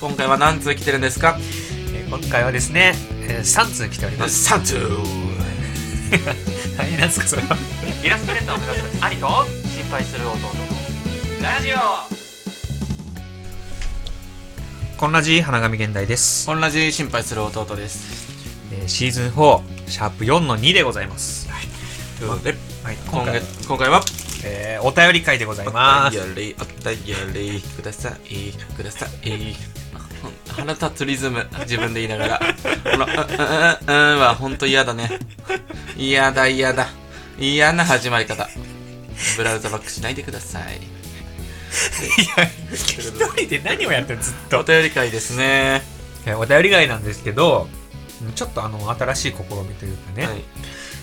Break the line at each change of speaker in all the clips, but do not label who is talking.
今回は何通来てるんですか
えー今回はですね、えー、3通来てお ります。
?3 通
何なんですか、それは。
イラストレーターを目指す兄と心配する弟のラジオ
こんなじ花神現代です。
同じ心配する弟です
えーシーズン4、シャープ4の2でございます。
ということで、
はい、今
今
回
回、今回は、
えーお便り会でございます。
お便り、お便り、ください、ください。腹立つリズム、自分で言いながら。この、うん、うん、うんは本当嫌だね。嫌だ、嫌だ。嫌な始まり方。ブラウザバックしないでください。
一人で何をやってるのずっ
お
と。
便り会ですね。
えーお便り会なんですけど、ちょっとあの、新しい試みというかね、
はい。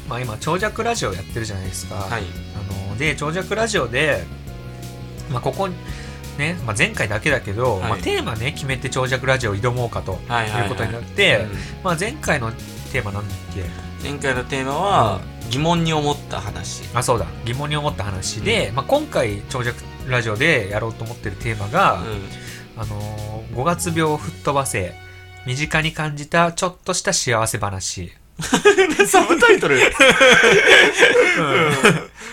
まあ今、長尺ラジオやってるじゃないですか。
はい。
あので長尺ラジオで、まあ、ここね、まあ、前回だけだけど、
はい
まあ、テーマね決めて長尺ラジオ挑もうかと、
はい
い
はいはいう
ことになっ
う
て、
ん
まあ、前回のテーマなんだっけ
前回のテーマは、疑問に思った話。
あそうだ疑問に思った話で、まあ、今回長尺ラジオでやろうと思ってるテーマ
う
が、
ん。
あのー、5月病を吹っ飛ばせ身近に感じたちょっとした幸せ話、
サブタイトル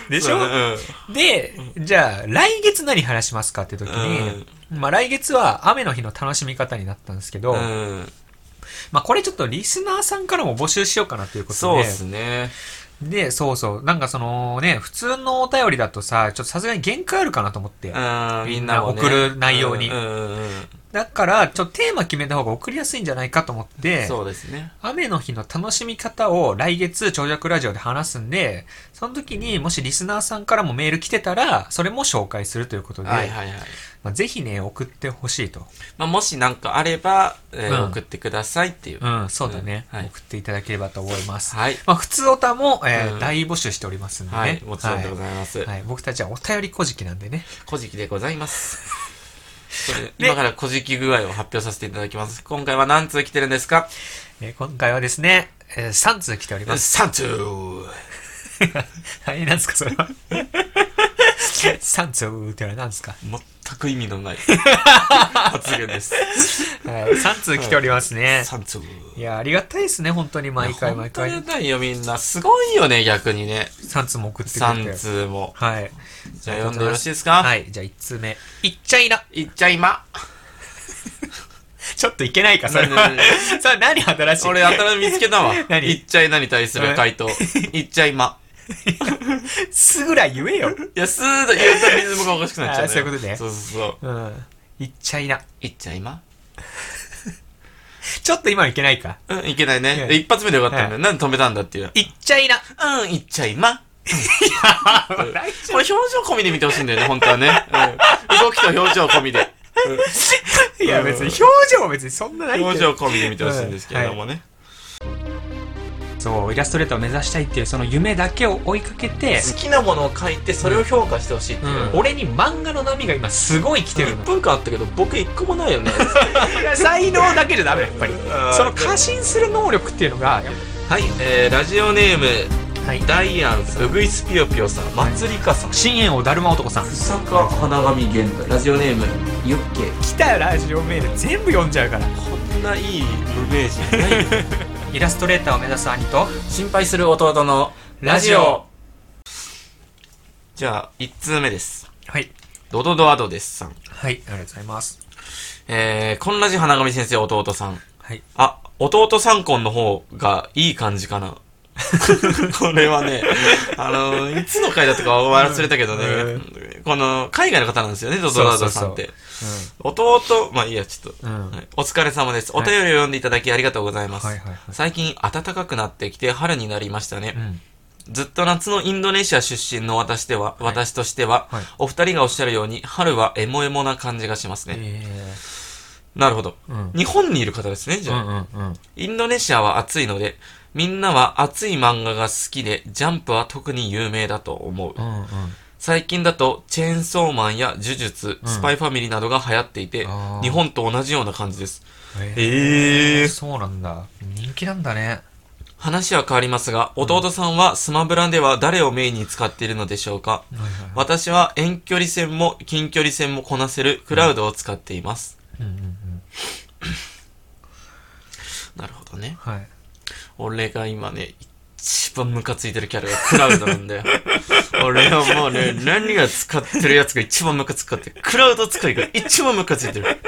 でしょ、
うん
でじゃあ来月何話しますかって時に、まあ、来月は雨の日の楽しみ方になったんですけど、
うん。
まあ、これちょっとリスナーさんからも募集しようかなということで。
そうですね。
で、そうそう。なんかそのね、普通のお便りだとさ、ちょっとさすがに限界あるかなと思って。
うん
み
み
ん
ん
な
な
も
も
ね
ね
送る内容に
うんうんうん
だから、ちょっとテーマ決めた方が送りやすいんじゃないかと思って、
そうですね。
雨の日の楽しみ方を来月、長尺ラジオで話すんで、その時にもしリスナーさんからもメール来てたら、それも紹介するということで、
はいはいはい。
まあ、ぜひね、送ってほしいと。
まあ、もしなんかあれば、えー
うん
送ってくださいっていう。
うん、そうだね。
うんはい
送っていただければと思います。
はい。
まあ、普通おたも、えー
うん
大募集しておりますんでね。
はい。もちろんでご
はい
ざいます。
はい、僕たちはお便り小じきなんでね。
古事記でございます。それ今から古事記具合を発表させていただきます。今回は何通来てるんですか
えー今回はですね、えー、3通来ております。
?3 通
はい、なんですか、それは。3通ってのは何ですか。
全く意味のない発言です。
はい、3通来ておりますね。
3通。
いや、ありがたいですね、本当に毎回毎
本当
回。
にやだよ、みんな。すごいよね、逆にね。
3通も送ってくれて
3。通も。
はい。
じゃあ読んでよろしいですか
はい、じゃあ1通目。いっちゃいな。
いっちゃいま。
ちょっといけないか、それは
何何。
それ何新しい。
俺、新見つけたわ。
何
いっちゃいなに対する回答。いっちゃいま。
すぐらい言えよ。
いや、すーだ、言うたリズムがおかしくなっちゃう、
あーそういうことね
そうそうそう。
うん。いっちゃいな。
いっちゃいま
ちょっと今いけないか。
うん、いけないね。
いや
一発目でよかったんだ
は
よ。なんで止めたんだっていう。
いっちゃいな。
うん、いっちゃいま。
来週
これ表情込みで見てほしいんだよね、本当はね。うん。動きと表情込みで。
いや別に表情は別にそんなないけど
表情込みで見てほしいんですけれどもね。
そうイラストレーターを目指したいっていうその夢だけを追いかけて、
好きなものを書いて、それを評価してほしいって
う
い
ん
う。
俺に漫画の波が今すごい来てる
1分間あったけど、僕1個もないよね。
の 才能だけじゃダメやっぱり
ん
その過信する能力っていうの が
はい、えー、ラジオネーム、
はい
ダイアンさん、うぐいすぴよぴよさん、まつりかさん、
深淵王だるま男さん
ふさか花神現代、ラジオネーム、ユッケ。
来たよラジオメール全部読んじゃうから
こんないい無名人ないよ
イラストレーターを目指す兄と
心配する弟の
ラジオ。
じゃあ、1通目です。
はい
ドドドアドですさん。
はいありがとうございます
えー、こんなじ花神先生、弟さん。
はい
あ、弟三婚の方がいい感じかな。 これはね、あのいつの回だったか忘れたけどね、この、海外の方なんですよね、ドドラドさんって。弟、まあいいや、ちょっと、
うん
はいお疲れ様です。お便りを読んでいただきありがとうございます。
はいはいはい
最近暖かくなってきて春になりましたね。
うん
ずっと夏のインドネシア出身の私では、私としては、
はい
お二人がおっしゃるように、春はエモエモな感じがしますね。
え
なるほど。
うん
日本にいる方ですね、じ
う
ゃあ。
んうんうん
インドネシアは暑いので、みんなは暑い漫画が好きで、ジャンプは特に有名だと思う。
うんうん
最近だと、チェーンソーマンや呪術、スパイファミリーなどが流行っていて、
あー
日本と同じような感じです。
ええそうなんだ人気なんだね
話は変わりますが、弟さんはスマブラでは誰をメインに使っているのでしょうか、
はいはい
私は遠距離戦も近距離戦もこなせるクラウドを使っています。
うんうんうん
なるほどね。
はい。
俺が今ね、一番ムカついてるキャラがクラウドなんだよ。 俺はもうね、何が使ってるやつが一番ムカつくかって、クラウド使いが一番ムカついてる。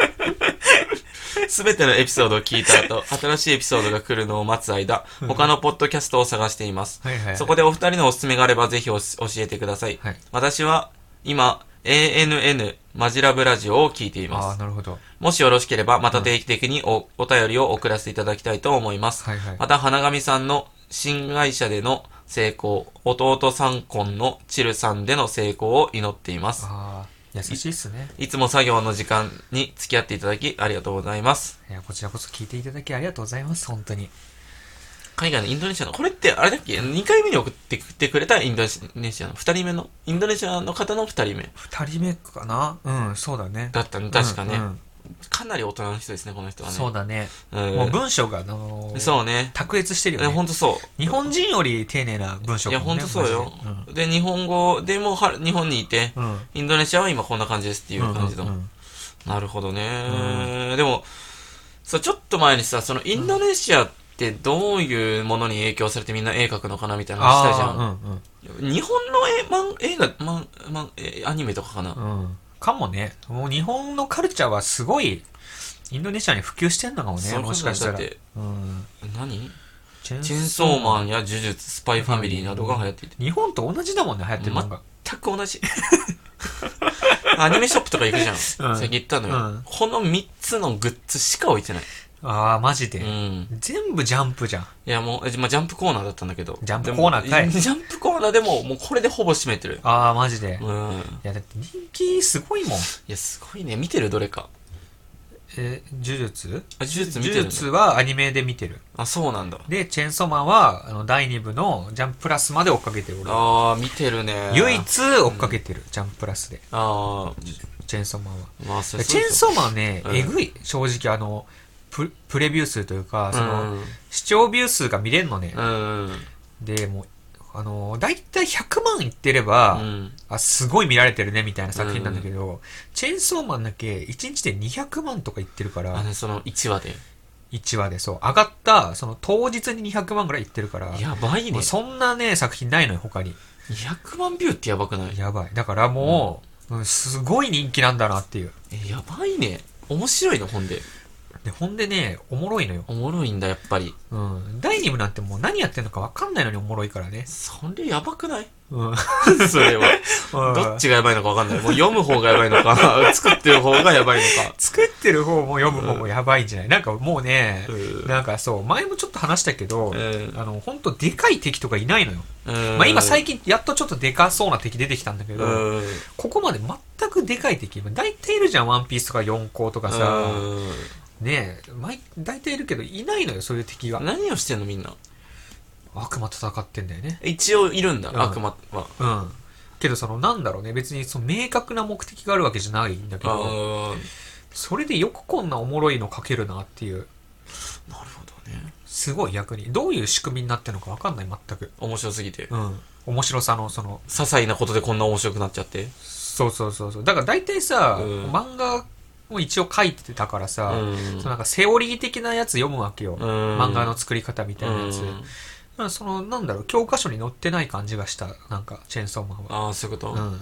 すべてのエピソードを聞いた後、新しいエピソードが来るのを待つ間、他のポッドキャストを探しています。
はいはい。
そこでお二人のおすすめがあればぜひおし教えてください。
はい。
私は今、ANN マジラブラジオを聞いてい
ああ
ま
ー、
す。
なるほど。
もしよろしければ、また定期的におお便りを送らせていただきたいと思います。
はいはい。
また、花神さんの新会社での成功、弟さん婚のチルさんでの成功を祈っています。
ああ、優しいっすね。
いつも作業の時間に付き合っていただきありがとうございます。
いや、こちらこそ聞いていただきありがとうございます、本当に。
海外のインドネシアの、これってあれだっけ ?2 回目に送ってきてくれたインドネシアの2人目の、インドネシアの方の2人目
二人目かなうん、そうだね。
だったね。確かね、
うんうん
かなり大人の人ですね、この人はね。
そうだね。
うん
もう文章が、あのー
そうね。
卓越してる
え
よ
ほ
ね。
んとそう。
日本人より丁寧な文章
いや、
かも
ほん
ね
とそうよ
マジ。
で、日本語でもうは日本にいて、
でうん。うん。っ
インドネシアは今こんな感じですって
て
いう感じだもん。なるほどね。でも、そう、ちょっと前にさ、そのインドネシアってどういうものに影響されてみんな絵描くのかなみたいな話したじゃん。
あ
日本の絵、マン映画、マン、マン、えアニメとかかな。
ーうんうん。うん。かもね。もう日本のカルチャーはすごい、インドネシアに普及してんのかも
そう
ね、
いうこ
も
とだ
しか
よ
した
だっ
ら。
て
うん。
何
チェ
チェンソーマンや呪術、スパイファミリーなどが流行っていて。
日本と同じだもんね、流行ってるのが。
全く同じ。アニメショップとか行くじゃん。
うん
最近行ったのよ、
うん
この3つのグッズしか置いてない。
ああ、マジ
う
で。
ん。
全部ジャンプじゃん。
いやもう、えまあ、ジャンプコーナーだったんだけど。
ジャンプコーナーかい
でもジャンプコーナーでも、もうこれでほぼ占めてる。
ああ、マジで。い
うん。い
や、だって人気すごいもん。
や、すごいね。見てるどれか。
え、呪術
あ、呪術見
呪
てるの
術はアニメで見てる。
あ、そうなんだ。
で、チェーンソーマンは、あの、第2部のジャンププラスまで追っかけてる、俺は。
あー、見てるね。
唯一追っかけてる、ジャンププラスで。
あ
チェーンソーマンは。
ー、まあ、そ
チェーンソーマンね、
うん
えぐい。正直、あの、ププレビュー数というか、その、
うん
視聴ビュー数が見れんのね。
うん。うん。
で、もう、あの、だいたい100万いってれば、
うん
あ、すごい見られてるね、みたいな作品なんだけど、チェーンソーマンだけ1日で200万とかいってるか
あ
ら、
の、その1話で。
1話で、そう、上がった、その当日に200万ぐらいいってるから、
やばい
も
ね
う。そんなね、作品ないのよ、他に。
200万ビューってやばくない
やばい。だからもう、うんすごい人気なんだなっていう。
えやばいね。面白いの、ほんで。
で、ほんでね、おもろいのよ。
おもろいんだ、やっぱり。
うん。第2部なんてもう何やってんのかわかんないのにおもろいからね。
それやばく ない
うん。
それは。どっちがやばいのかわかんない。もう読む方がやばいのか、作ってる方がやばいのか。
作ってる方も読む方もやばいんじゃない、なんかも うね、
うん
なんかそう、前もちょっと話したけど、
うん
あの、ほんとでかい敵とかいないのよ。
ま
まあ
近
今最近やっとちょっとでかそうな敵出てきたんだけど、
うん。
ここまで全くでかい敵、まあ大体いるじゃん、ワンピースとか4校とかさ、ねえ、まあ大体いるけど、いないのよ、そういう敵が。
何をしてんのみんな。
悪魔と戦ってんだよね。
一応いるんだ、
うん
悪魔は。
うん。けどその、なんだろうね、別にその明確な目的があるわけじゃないんだけ
あ
ど、それでよくこんなおもろいの書けるなっていう、
あ、なるほどね。
すごい役に、どういう仕組みになってるのかわかんない、全く。
面白すぎて。
うん。面白さの、その、
些細なことでこんな面白くなっちゃって。
そうそうそうそう。だから大体さ、
うん
漫画も一応書いてたからさ、
うん
そのなんかセオリー的なやつ読むわけよ。漫
漫
画の作り方みたいなやつ。まあその、なんだろう、教科書に載ってない感じがした、なんか、チェーンソーマンは。
ああ、そういうこと、
う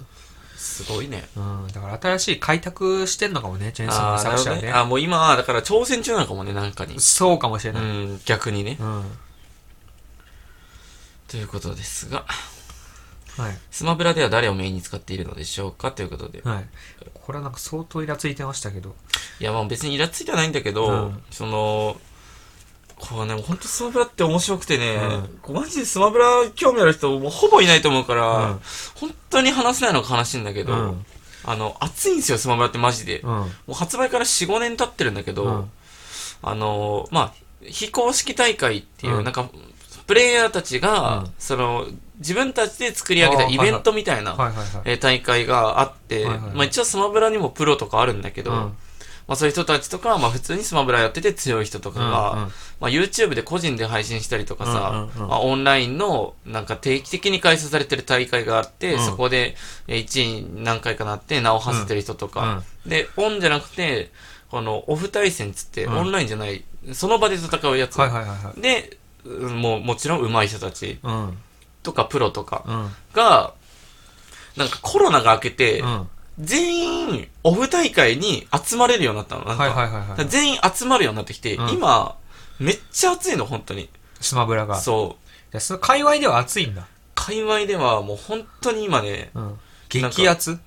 すごいね。
ん。うん。だから新しい開拓してんのかもね、チェーンソーマン
あ
の
あ、な
作
るほど
者
ね。
はね。
あーもう今は、だから挑戦中なのかもね、なんかに。
そうかもしれ
う
ない。
ん、逆にね。
うん。
ということですが、
はい。
スマブラでは誰をメインに使っているのでしょうかということで。
はい。これはなんか相当イラついてましたけど。
いや、まあ別にイラついてはないんだけど、
うん
その、こうね、ほんとスマブラって面白くてね
うん、
こうマジでスマブラ興味ある人もうほぼいないと思うから、
うん
本当に話せないのが悲しいんだけど、
うん
あの、熱いんですよ、スマブラってマジで。
うん。うん。
もう発売から4、5年経ってるんだけど、あの、まあ、非公式大会っていう、
うん
なんか、プレイヤーたちが、
うん
その、自分たちで作り上げたイベントみたいな、
はいはいはい。
えー大会があって、
はいはいはい
まあ一応スマブラにもプロとかあるんだけど、
うん
まあ、そういう人たちとか、まあ、普通にスマブラやってて強い人とかが、
うんうん
まあ、YouTube で個人で配信したりとかさ、
うんうんうん
まあ、オンラインのなんか定期的に開催されてる大会があって、
うん
そこで1位に何回かなって名を馳せてる人とか、でオンじゃなくてこのオフ対戦っつって、
うん
オンラインじゃないその場で戦うやつ、
はいはいはいはい。
でうんもうもちろん上手い人たち
うん。
とかプロとか
うん。
がなんかコロナが明けて、
うん。
全員オフ大会に集まれるようになったのなんか、
はいはいはい
だ
は
から全員集まるようになってきて、
うん
今めっちゃ暑いの本当に
い。スマブラが。い
そう
や、その界隈では熱いんだ。
界隈ではもう本当に今ね
うん。激熱い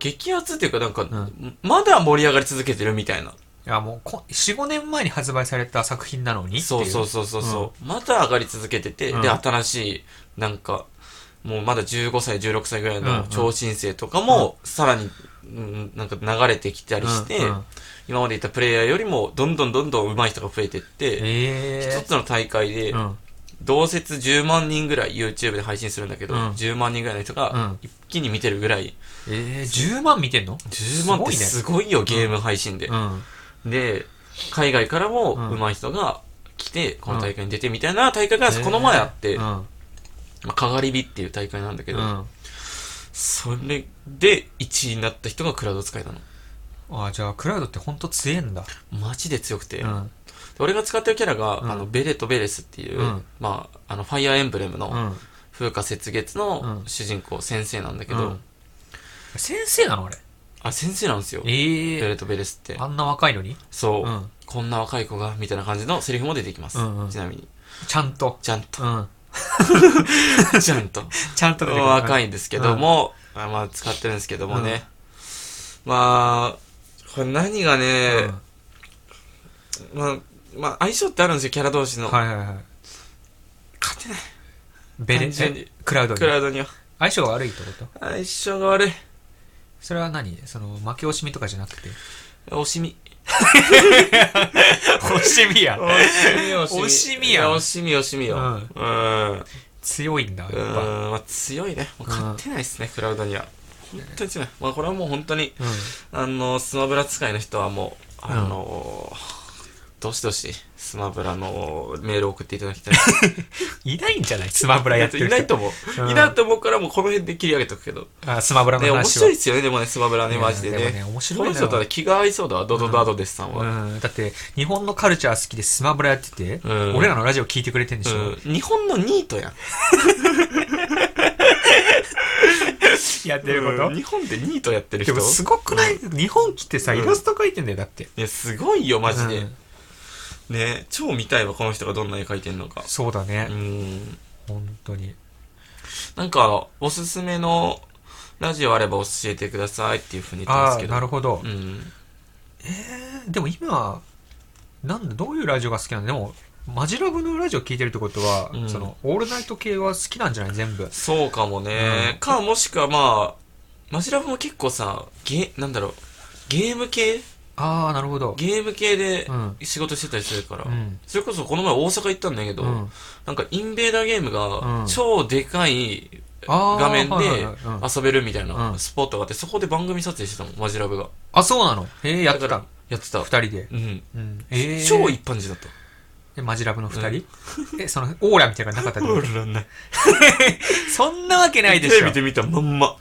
激アツっていうかなんか、
ん
まだ盛り上がり続けてるみたいな
や、もうこ、4、5年前に発売された作品なのにってい
そうそうそうそうそう、まだ上がり続けてて、
うん
で新しいなんかもうまだ15歳16歳ぐらい
うんう
の
ん
超新星とかも、さらに、うん、なんか流れてきたりして、
うんうん
今までいたプレイヤーよりもどんどんどんどん上手い人が増えてって、
え
一
え
つの大会で、
うん。
同説10万人ぐらい YouTube で配信するんだけど、
うん
10万人ぐらいの人
う
が
ん
一気に見てるぐらい、
ええ10万見てんの
10万ってす
す
ごいよゲーム配信で、
ごいね。うん。
で海外からも上手い人が来て、この大会に出てみたいな大会がこの前あって、
うん。うん
まあ、かがり火っていう大会なんだけど、
あ
それで1位になった人がクラウド使いなの
あ、じゃあ、クラウドってほんと強えんだ。
マジで強くて、
うん。
俺が使ってるキャラが、
うん
あのベレとベレスっていう、
うん
まあ、あのファイアーエンブレムの、
うん。
風化雪月の
うん
主人公、先生なんだけど、
うん先生なのあれ。
あ先生なんですよ
え
ベ
え
レとベレスって
あんな若いのに
そう、
うん
こんな若い子がみたいな感じのセリフも出てきます、
うんうん
ちなみに
ちゃんと。
ちゃんと
うん。
ちゃんと
ちゃんと出てくる
若いんですけども、あまあ使ってるんですけどもね、まあこれ何が
う
ね、
ん
まあまあ相性ってあるんですよキャラ同士の、
はいはいはい。
勝てない
ベレ
単純に
えクラウドに
クラウドには
相性が悪いってこと
相性が悪い
それは何その負け惜しみとかじゃなくて
惜しみ
惜しみ や
惜しみ
惜しみやん
い惜しみ惜しみよ、
うん
うん
強いんだやっ
う
ぱ
ーん、まあ、強いね。もう勝てないですね、クラウドには。本当に強い。まあ、これはもう本当に、
うん
あの、スマブラ使いの人はもう、あのどしどし、スマブラのメールを送っていただき たい。
いないんじゃないスマブラやってる
いない
人
と思う。
うん
いないと思うから、もうこの辺で切り上げとくけど。
あスマブラの
ね、面
話
白
を
いですよね、でもね、スマブラね、
うん
マジで
でもね
ね。
面
こ
白
の
いな
人だったら気が合いそうだわ、ドドドアドデスさんは。
うんだって日本のカルチャー好きでスマブラやってて
うん
俺らのラジオ聞いてくれてんでしょ
うん日本のニートやん。
やってること
うん日本でニートやってる
で
人
もすごくない日本来てさ
うん
イラスト描いてんだよだって
いや、すごいよ、マジで。
うん
ね超見たいわ、この人がどんな絵描いてんのか。
そうだ
う
ね
ん。
本当に
なんか、おすすめのラジオあれば教えてくださいっていうふうに言ってま
あ
す
あ
けど。
なるほど
うん。
でも今なんだどういうラジオが好きなのでもマジラブのラジオ聞いてるってことは、
うん
そのオールナイト系は好きなんじゃない全部
そうかもね。
うん
か、もしくはまあ、マジラブも結構さ、ゲ、なんだろう、ゲーム系
ああなるほど
ゲーム系で
うん
仕事してたりするから。
うん
それこそこの前大阪行ったんだけど、
うん
なんかインベーダーゲーム
う
が
ん
超でかい
あー
画面で
はいはいはいうん
遊べるみたいな
うん
スポットがあって、そこで番組撮影してたもん、マジラブが。
あそうなのえー、やって
だか
た
らやってた。
二人で、
うん。
うん、えー、
超一般人だった。
えマジラブの二人、えそのオーラみたいなのなかったっ てこと
らない。
そんなわけないで
テ
し
レ
ょ
ビで見たまんま。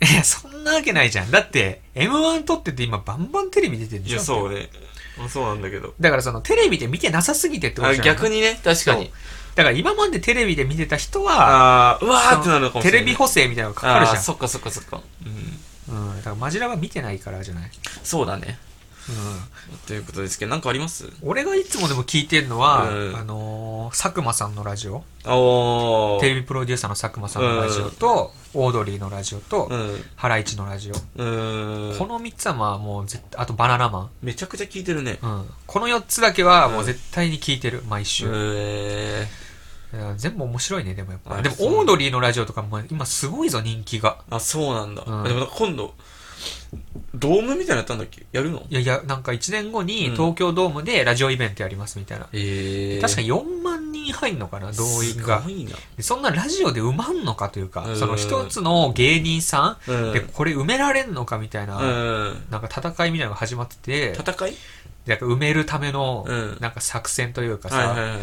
いやそんなわけないじゃんだって m 1撮ってて今バンバンテレビ出てる
い
じゃ
や、
ん
そうね。まあそうなんだけど。
だからそのテレビで見てなさすぎてってこと
あ
じゃない
逆にね、確かに。
だから今までテレビで見てた人は
ああ、うわーってなるのかもし
テ
れない。
レビ補正みたいなのかか
あ
る
あ
じゃ
ー、
ん
そっかそっかそっか。うん。
うん、だからマジラは見てないからじゃない、
そうだね。
う
ということですけど、なんかあります
ん、俺がいつもでも聞いてるのは、
うん
あのー佐久間さんのラジオ
おー。
テレビプロデューサーの佐久間さんのラジオと、オードリーのラジオと、
うん。
ハライチのラジオ、
う
こ
ん。
の3つはまあもう絶対あとバナナマ
めちゃくちゃ聞いてるね。
ン、うん、この4つだけはもう絶対に聞いてる毎週、
え
いや全部面白いねでもやっぱ
あ
でも
そう
オードリーのラジオとかも今すごいぞ人気が
ー。あ、そうなんだ。
うん
でもなんか今度、ドームみたいなのやったんだっけやるの
いやいや、なんか1年後に
うん
東京ドームでラジオイベントやりますみたいな。
ええ
確かに4万人入んのかな、動員が
すご。いな。
でそんなラジオで埋まんのかというか、
うん
その一つの芸人さ、
うんん。
で、これ埋められんのかみたいな、
うん。
なんか戦いみたいなのが始まってて、
戦い
なんか埋めるための
うん、
なんか作戦というかさ、
はいはいはい。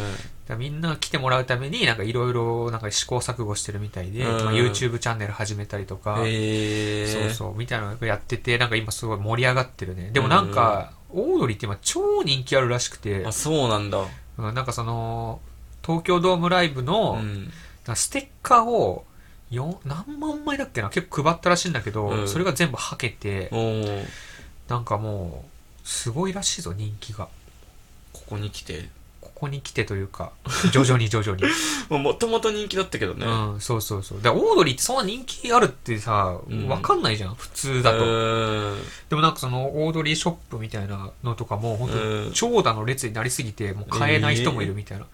だからみんな来てもらうために、なんかいろいろなんか試行錯誤してるみたいで、
うん
まあ YouTube チャンネル始めたりとか、
ええ
そうそう、みたいなのやってて、なんか今すごい盛り上がってるね。でもなんか、オードリーって今超人気あるらしくて
あ、、そうなんだ。
うんなんかその、東京ドームライブ
う
の、
ん。
なんかステッカーを、よん何万枚だっけな結構配ったらしいんだけど、
うん
それが全部はけて
お、ー
なんかもう、すごいらしいぞ、人気が。
ここに来て。
ここに来てというか、徐々に徐々に。
もともと人気だったけどね。
うん、そうそうそう。だからオードリーってそんな人気あるってさ
う、ん
わかんないじゃん、普通だと。
うん
でもなんかその、オードリーショップみたいなのとかも、本当
うん
に長蛇の列になりすぎて、もう買えない人もいるみたいな。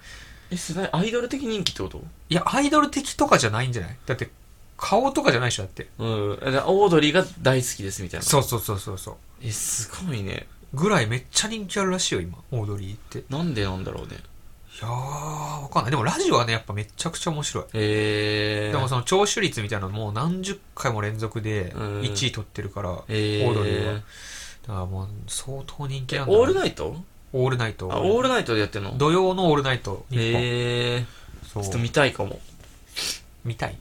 え、それアイドル的人気ってこと
いや、アイドル的とかじゃないんじゃないだって、顔とかじゃないでしょ、だって。
うん。えオードリーが大好きですみたいな。
そうそうそうそうそう。
え、すごいね。
ぐらいめっちゃ人気あるらしいよ、今、オードリーって。い
なんでなんだろうね。
やー、わかんない。でもラジオはね、やっぱめちゃくちゃ面白い。
ええ
でもその聴取率みたいなのもう何十回も連続で
うん
1位取ってるから、
ええ
オードリーは。だからもう相当人気
え
なんだな
オールナイト
オールナイト。
あ、オールナイトでやってんの
土曜のオールナイト、日本。
ええ
そう
ちょっと見たいかも。
見たい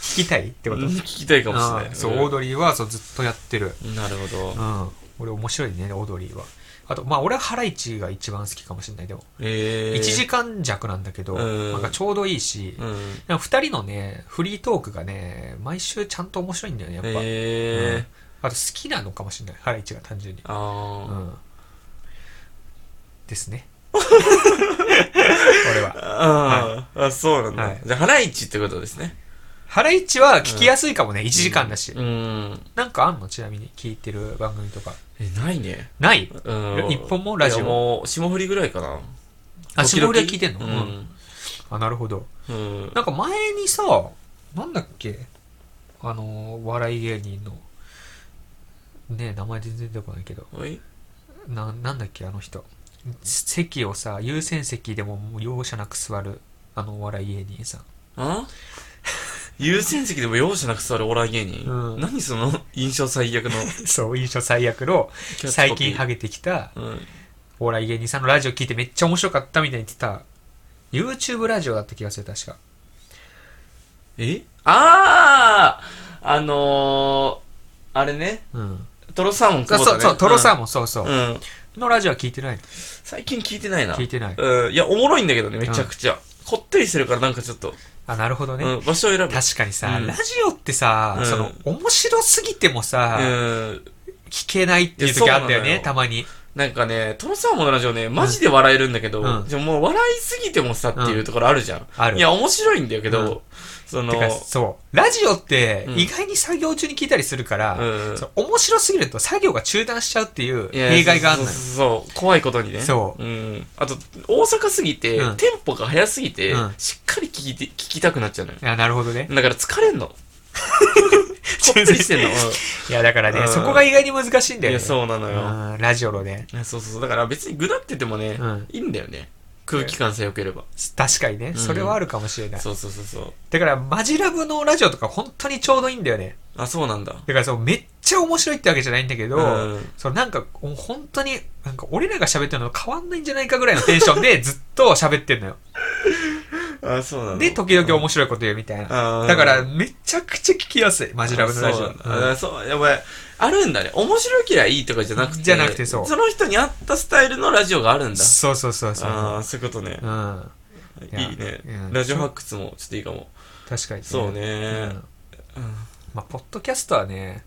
聞きたいってこと
うん聞きたいかもしれな
あー
い。
そう、オードリーはそうずっとやってる。
うんなるほど
う。ん。俺面白いね、オードリーは。あと、まあ俺はハライチが一番好きかもしれない、でも。
ええ
1時間弱なんだけど、
うん
なんかちょうどいいし、
うん。
なんか2人のね、フリートークがね、毎週ちゃんと面白いんだよね、やっぱ。
ええ
あと好きなのかもしれない、ハライチが単純に。う
あ
ん。 ですね。俺は。
あ。あーあ、そうなん
は
だ
い。
じゃあ、ハライチってことですね。
ハライチは聞きやすいかもね、1時間だし。
うん。
なんかあんのちなみに聞いてる番組とか。
え、ないね。
ない
うん。
一本もラジオ
いやもう、霜降りぐらいかな。
あ、
時
下
々
振りは聞いてんの、
う
うん
ん。
あ、なるほど。
うん。
なんか前にさ、なんだっけあのー、笑い芸人の。ねえ、名前全然出てこないけど。
おい
な、なんだっけあの人。席をさ、優先席でももう容赦なく座る、あのお笑い芸 人さん。
あ優先席でも容赦なく座るオーラー芸人、
うん
何その印象最悪の
そう、印象最悪の、
キャッチコピー
最近ハゲてきた、
うん
お笑い芸人さんのラジオ聞いてめっちゃ面白かったみたいに言ってた、YouTube ラジオだった気がする、確か。
えあああのー、あれね
うん。
トロサーモン
あ
久保田
そう
ね
そう、トロサー
モ
モン、そうそう。
ン、うん、
のラジオは聞いてないの
最近聞いてないな
聞いてない
うん、いやおもろいんだけどねめちゃくちゃ、こってりしてるからなんかちょっと、
あ、なるほどね。
うん、場所を選ぶ
確かにさ、
うん
ラジオってさ、
うん
その、面白すぎてもさ、
うん
聞けないって
い
いう
やそう
時
な
あ
の
ん
よ
だよね、たまに。
なんかね、トロサーモンのラジオね、マジで笑えるんだけど、
うん
でももう笑いすぎてもさっていうところあるじゃん。
ある
いや、面白いんだけど、
うん
その
て、か、そう。ラジオって
う、ん
意外に作業中に聞いたりするから、
うん
その面白すぎると作業が中断しちゃうっていう弊害があるのよ
そう。そうそう怖いことにね、
そうん
あと大阪すぎて、
うん
テンポが速すぎて、
うん
しっかり聞いて聞きたくなっちゃうのよ
あ、なるほどね。
だから疲れんの こってりしてんの、
いや、だからね、
うん
そこが意外に難しいん
う
だ
ん、い
よね。
やそうなのよ、
うんラジオのね。
いやそうそうそうだから別にぐなっててもね、
うん
いいんだよね空気感さえ良ければ、
確かにね、
ん
それはあるかもしれない。
そうそうそうそう
だから、マジラブのラジオとか本当にちょうどいいんだよね。
あそうなんだ
だからそう、めっちゃ面白いってわけじゃないんだけど、
うん
そうなんか、もう本当に、なんか俺らが喋ってるのと変わんないんじゃないかぐらいのテンショ ンでずっと喋ってんのよ。
あそうなんだ
で、時々面白いこと言うみたい
あー
な。だから、めちゃくちゃ聞きやすい、マジラブのラジオ。
あそうなんだあそうやばいあるんだね面白いきりゃいいとかじゃなくて
じゃなくてそう
その人に合ったスタイルのラジオがあるん
うん
だ
そうそうそうそ
ああ
う。
そういうことね
うん。いや
いいね
うん
ラジオ発掘もちょっといいかも
確かに、
そうね
うんまあ、ポッドキャストはね、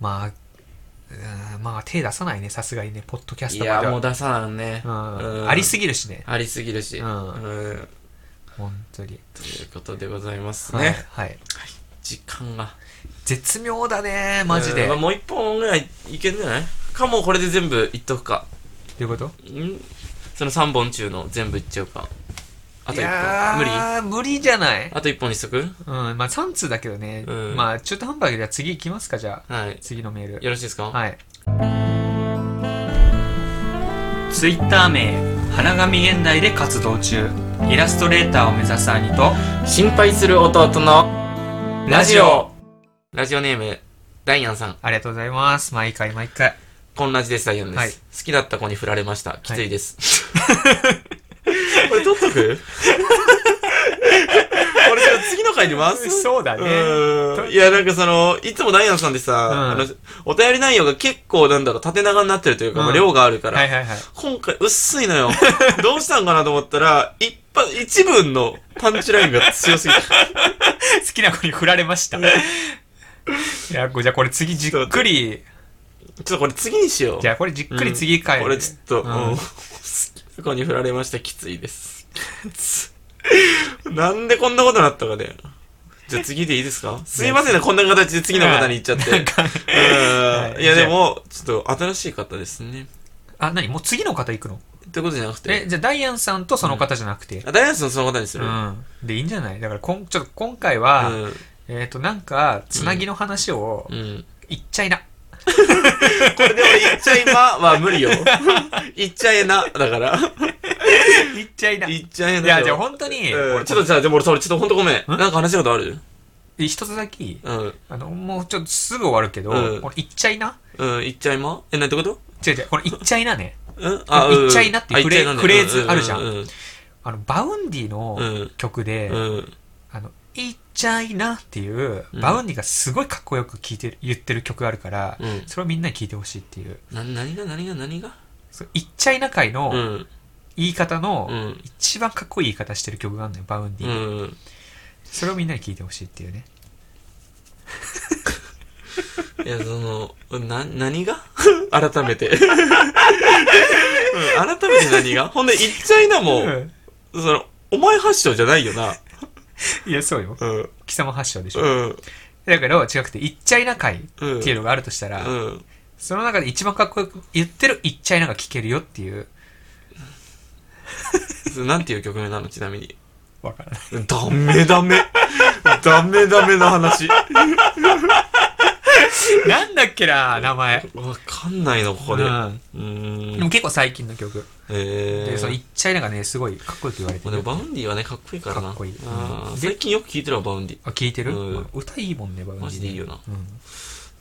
まあ、うんまあ、手出さないね、さすがにね、ポッドキャス
い
トま
や
では
もう出さんね
う、
うんん
ありすぎるしね、
ありすぎるし
うん
うん
本当に。
ということでございます
はい
ね
はい。
時間が
絶妙だね、マジ
う
で。
んまあ
ど
もう一本ぐらいいけんじゃないかもうこれで全部いっとくか
ういうこと
んその3本中の全部いっちゃうかあ
い
と一
や
本無理あ
ー無理じゃない
と一本にしとく
うん、まあ3通だけどね。
うん
まあ中途半端だけど、じゃあ次行きますか、じゃあ。
はい
次のメール。
よろしいですか
はい。
ツイッター名
花神現代で活動中。イラストレーターを目指す兄と、
心配する弟のラジオラジオネームダイアンさん
ありがとうございます。毎回毎回。
こんな字ですダイアンです、
はい
好きだった子に振られましたきついです、 これ取っとく俺じゃあ次の回に回す
そうだね
うんいや、なんかその、いつもダイアンさんでさ、
うん
あのお便り内容が結構なんだろう、縦長になってるというか、
うん
まあ量があるから、
はいはいはい。
今回薄いのよ。 どうしたんかなと思ったら、一発、一文のパンチラインが強すぎて。
好きな子に振られま した。いや、こうじゃあこれ次じっくり、
ちょっとこれ次にしよう。
じゃあこれじっくり次回、
これちょっと、
うん
うん、好きな子に振られました、きついです。 なんでこんなことになったかね。じゃあ次でいいですかすいませんね、こんな形で次の方に行っちゃって。
なん
う
か
ん
はい
いやでも、ちょっと新しい方ですね。
あ、何もう次の方行くの
ってことじゃなく
え、
て。
じゃあダイアンさんとその方じゃなくて。
あダイアンさんその方にす
う
る。うん。
ん。で、いいんじゃないだからこん、ちょっと今回は、えっ、と、なんか、つなぎの話を、
うん。
言っちゃいな。
これで俺、言っちゃいまは無理よ。 言っちゃえな、だから。
言っちゃいな。い
言っちゃえな。
や、じゃあ本当に、
うん
俺
ちょっとじゃあ、でも俺、それちょっと本当ごめん。なんか話したことある
一つだけ、
うん。
あの、もうちょっとすぐ終わるけど、
うん
これ言っちゃいな。
うん、言っちゃいまえ、なんてこと
違う違う、これ言っちゃいなね。
うん
言っちゃいなっていうフレ
あ言っちゃいなね
フレーズあるじゃん
うん。
あの、バウンディの
うん
曲で、
うん。
あの、言っちゃいなっていう、
うん
バウンディがすごいかっこよく聞いてる、言ってる曲があるから、
うん
それをみんなに聞いてほしいっていう、
な、何が何が何が
そう言っちゃいな会
う
の
ん。
言い方の
う、ん。
一番かっこいい言い方してる曲があるのよ、バウンデ
う
ィ。
ん。
それをみんなに聞いてほしいっていうね。
いや、その、な、何が 改め て。うん改めて何がほんで、言っちゃいなも、
うん
その、お前発祥じゃないよな。
いや、そうよ。
うん。
貴様発祥でしょ。
うん。
だけど、違くて、言っちゃいな会って
うん。
いうのがあるとしたら、
うん。
その中で一番かっこよく言ってる言っちゃいなが聞けるよっていう。
それなんていう曲名なのちなみに。
わからない。
ダメダメ。 ダメダメな 話。
なんだっけな、名前。
わかんないの、ここで。う
うんで
ー
も
ん。
結構最近の曲。
え
で、その
ー
言っちゃいながね、すごいかっこよく言われて
まあでも
る。
バウンディはね、かっこいいからな。
かっこいいうん
あー
で
最近よく聞いてるわ、バウンディ。
あ、聞いてる、
うん
まあ歌いいもんね、バウンディね
マジでいいよな。
うん。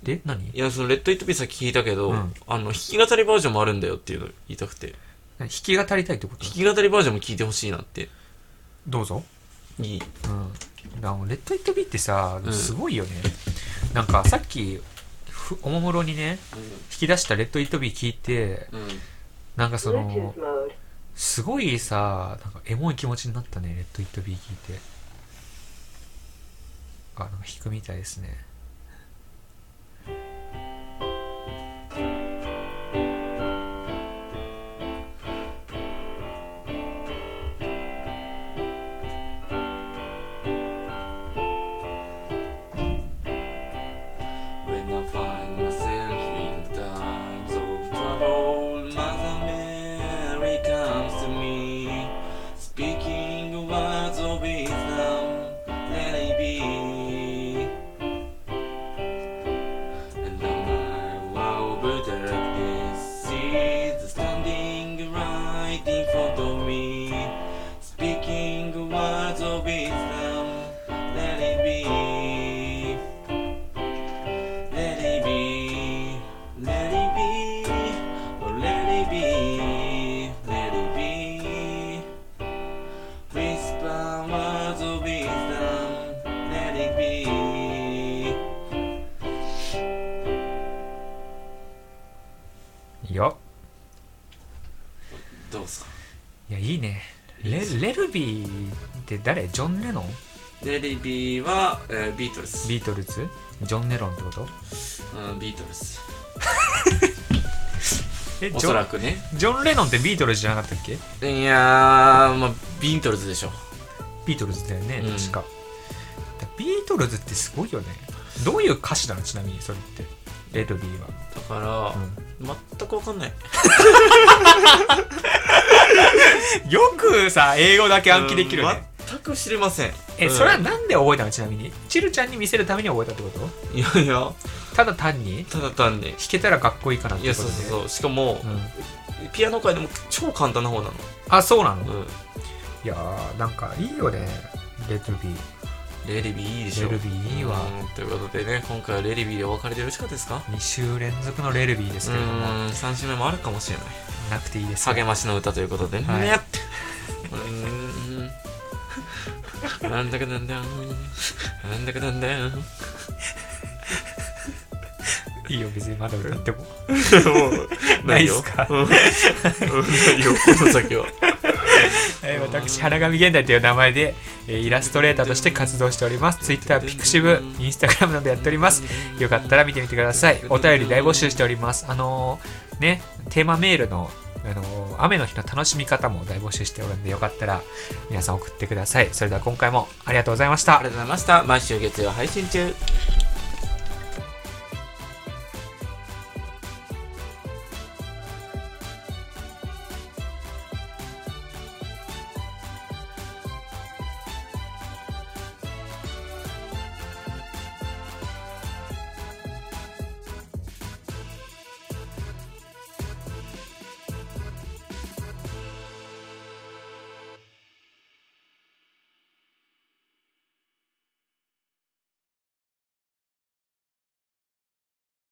で、何
いや、その、レッド・イット・ピースは聞いたけど、
うん
あの、弾き語りバージョンもあるんだよっていうのを言いたくて。
弾き語りたいってこと
弾き語りバージョンも聞いてほしいなって。
どうぞ。
いい。
うん。あのレッド・イット・ビーってさ
う、ん
すごいよね。なんかさっき、ふおもむろにね、引き出したレッド・イット・ビー聞いて、
うん。
なんかそ
Bluetooth
の、
mode.
すごいさ、なんかエモい気持ちになったね、レッド・イット・ビー聞いて。あ、なんか弾くみたいですね。
When I find myself in times of trouble, Mother Mary comes to me, speaking words of wisdom, let it be. And on my way over darkness, sees standing right in front of me, speaking words of wisdom, let it be. Let it be, let it be, oh let it be, let it be. Whisper words of wisdom, let it be.
いいよ。
どうすか
いや、いいね。レレルビーって誰ジョン・レノン
Let it be は、えー、ビートルズ。
ビートルズジョン・レノンってこと
うん、ビートルズ。
え、
お
ジ
そ
ョ
ら
ン
くね。
ジョン・レノンってビートルズじゃなかったっけ
いやー、まあ、ビートルズでしょ。
ビートルズだよね、
うん
確か。だビートルズってすごいよね。どういう歌詞なのちなみにそれって。レルビーは。
だから、全くわかんない
よくさ、英語だけ暗記できる
うん
ね。
全く知りません
え、
うん
それはなんで覚えたのちなみに。チルちゃんに見せるために覚えたってこと
いやいや
ただ単に
ただ単に
弾けたらかっこいいかなっ
い
て
や
こと
そう
で。
そうそうしかも、
うん
ピアノ界でも超簡単な方な
あ、そうなの、
の、うん、
いやー、なんかいいよね。レルビー。
レリビーいいでしょ
レルビーいいわ
うんということでね今回はレリビーでお別れでよろしかったですか
2週連続のレルビーで
う
すけれども、
ーん3週目もあるかもしれない
なくていいですよ。
励ましの歌ということでね、
はい
ねってうーんなんだかなんだなんだかなんだも
いいよ、別にまだ歌っても。
う
ないっすか
うんうんない よこの先は
えー私、原上現代という名前で、えーイラストレーターとして活動しております。Twitter、Pixiv、Instagram などやっております。よかったら見てみてください。お便り大募集しております。あのーね、テーマメールの、あのー雨の日の楽しみ方も大募集しておるんで、よかったら皆さん送ってください。それでは今回もありがとうございました
ありがとうございました毎週月曜配信中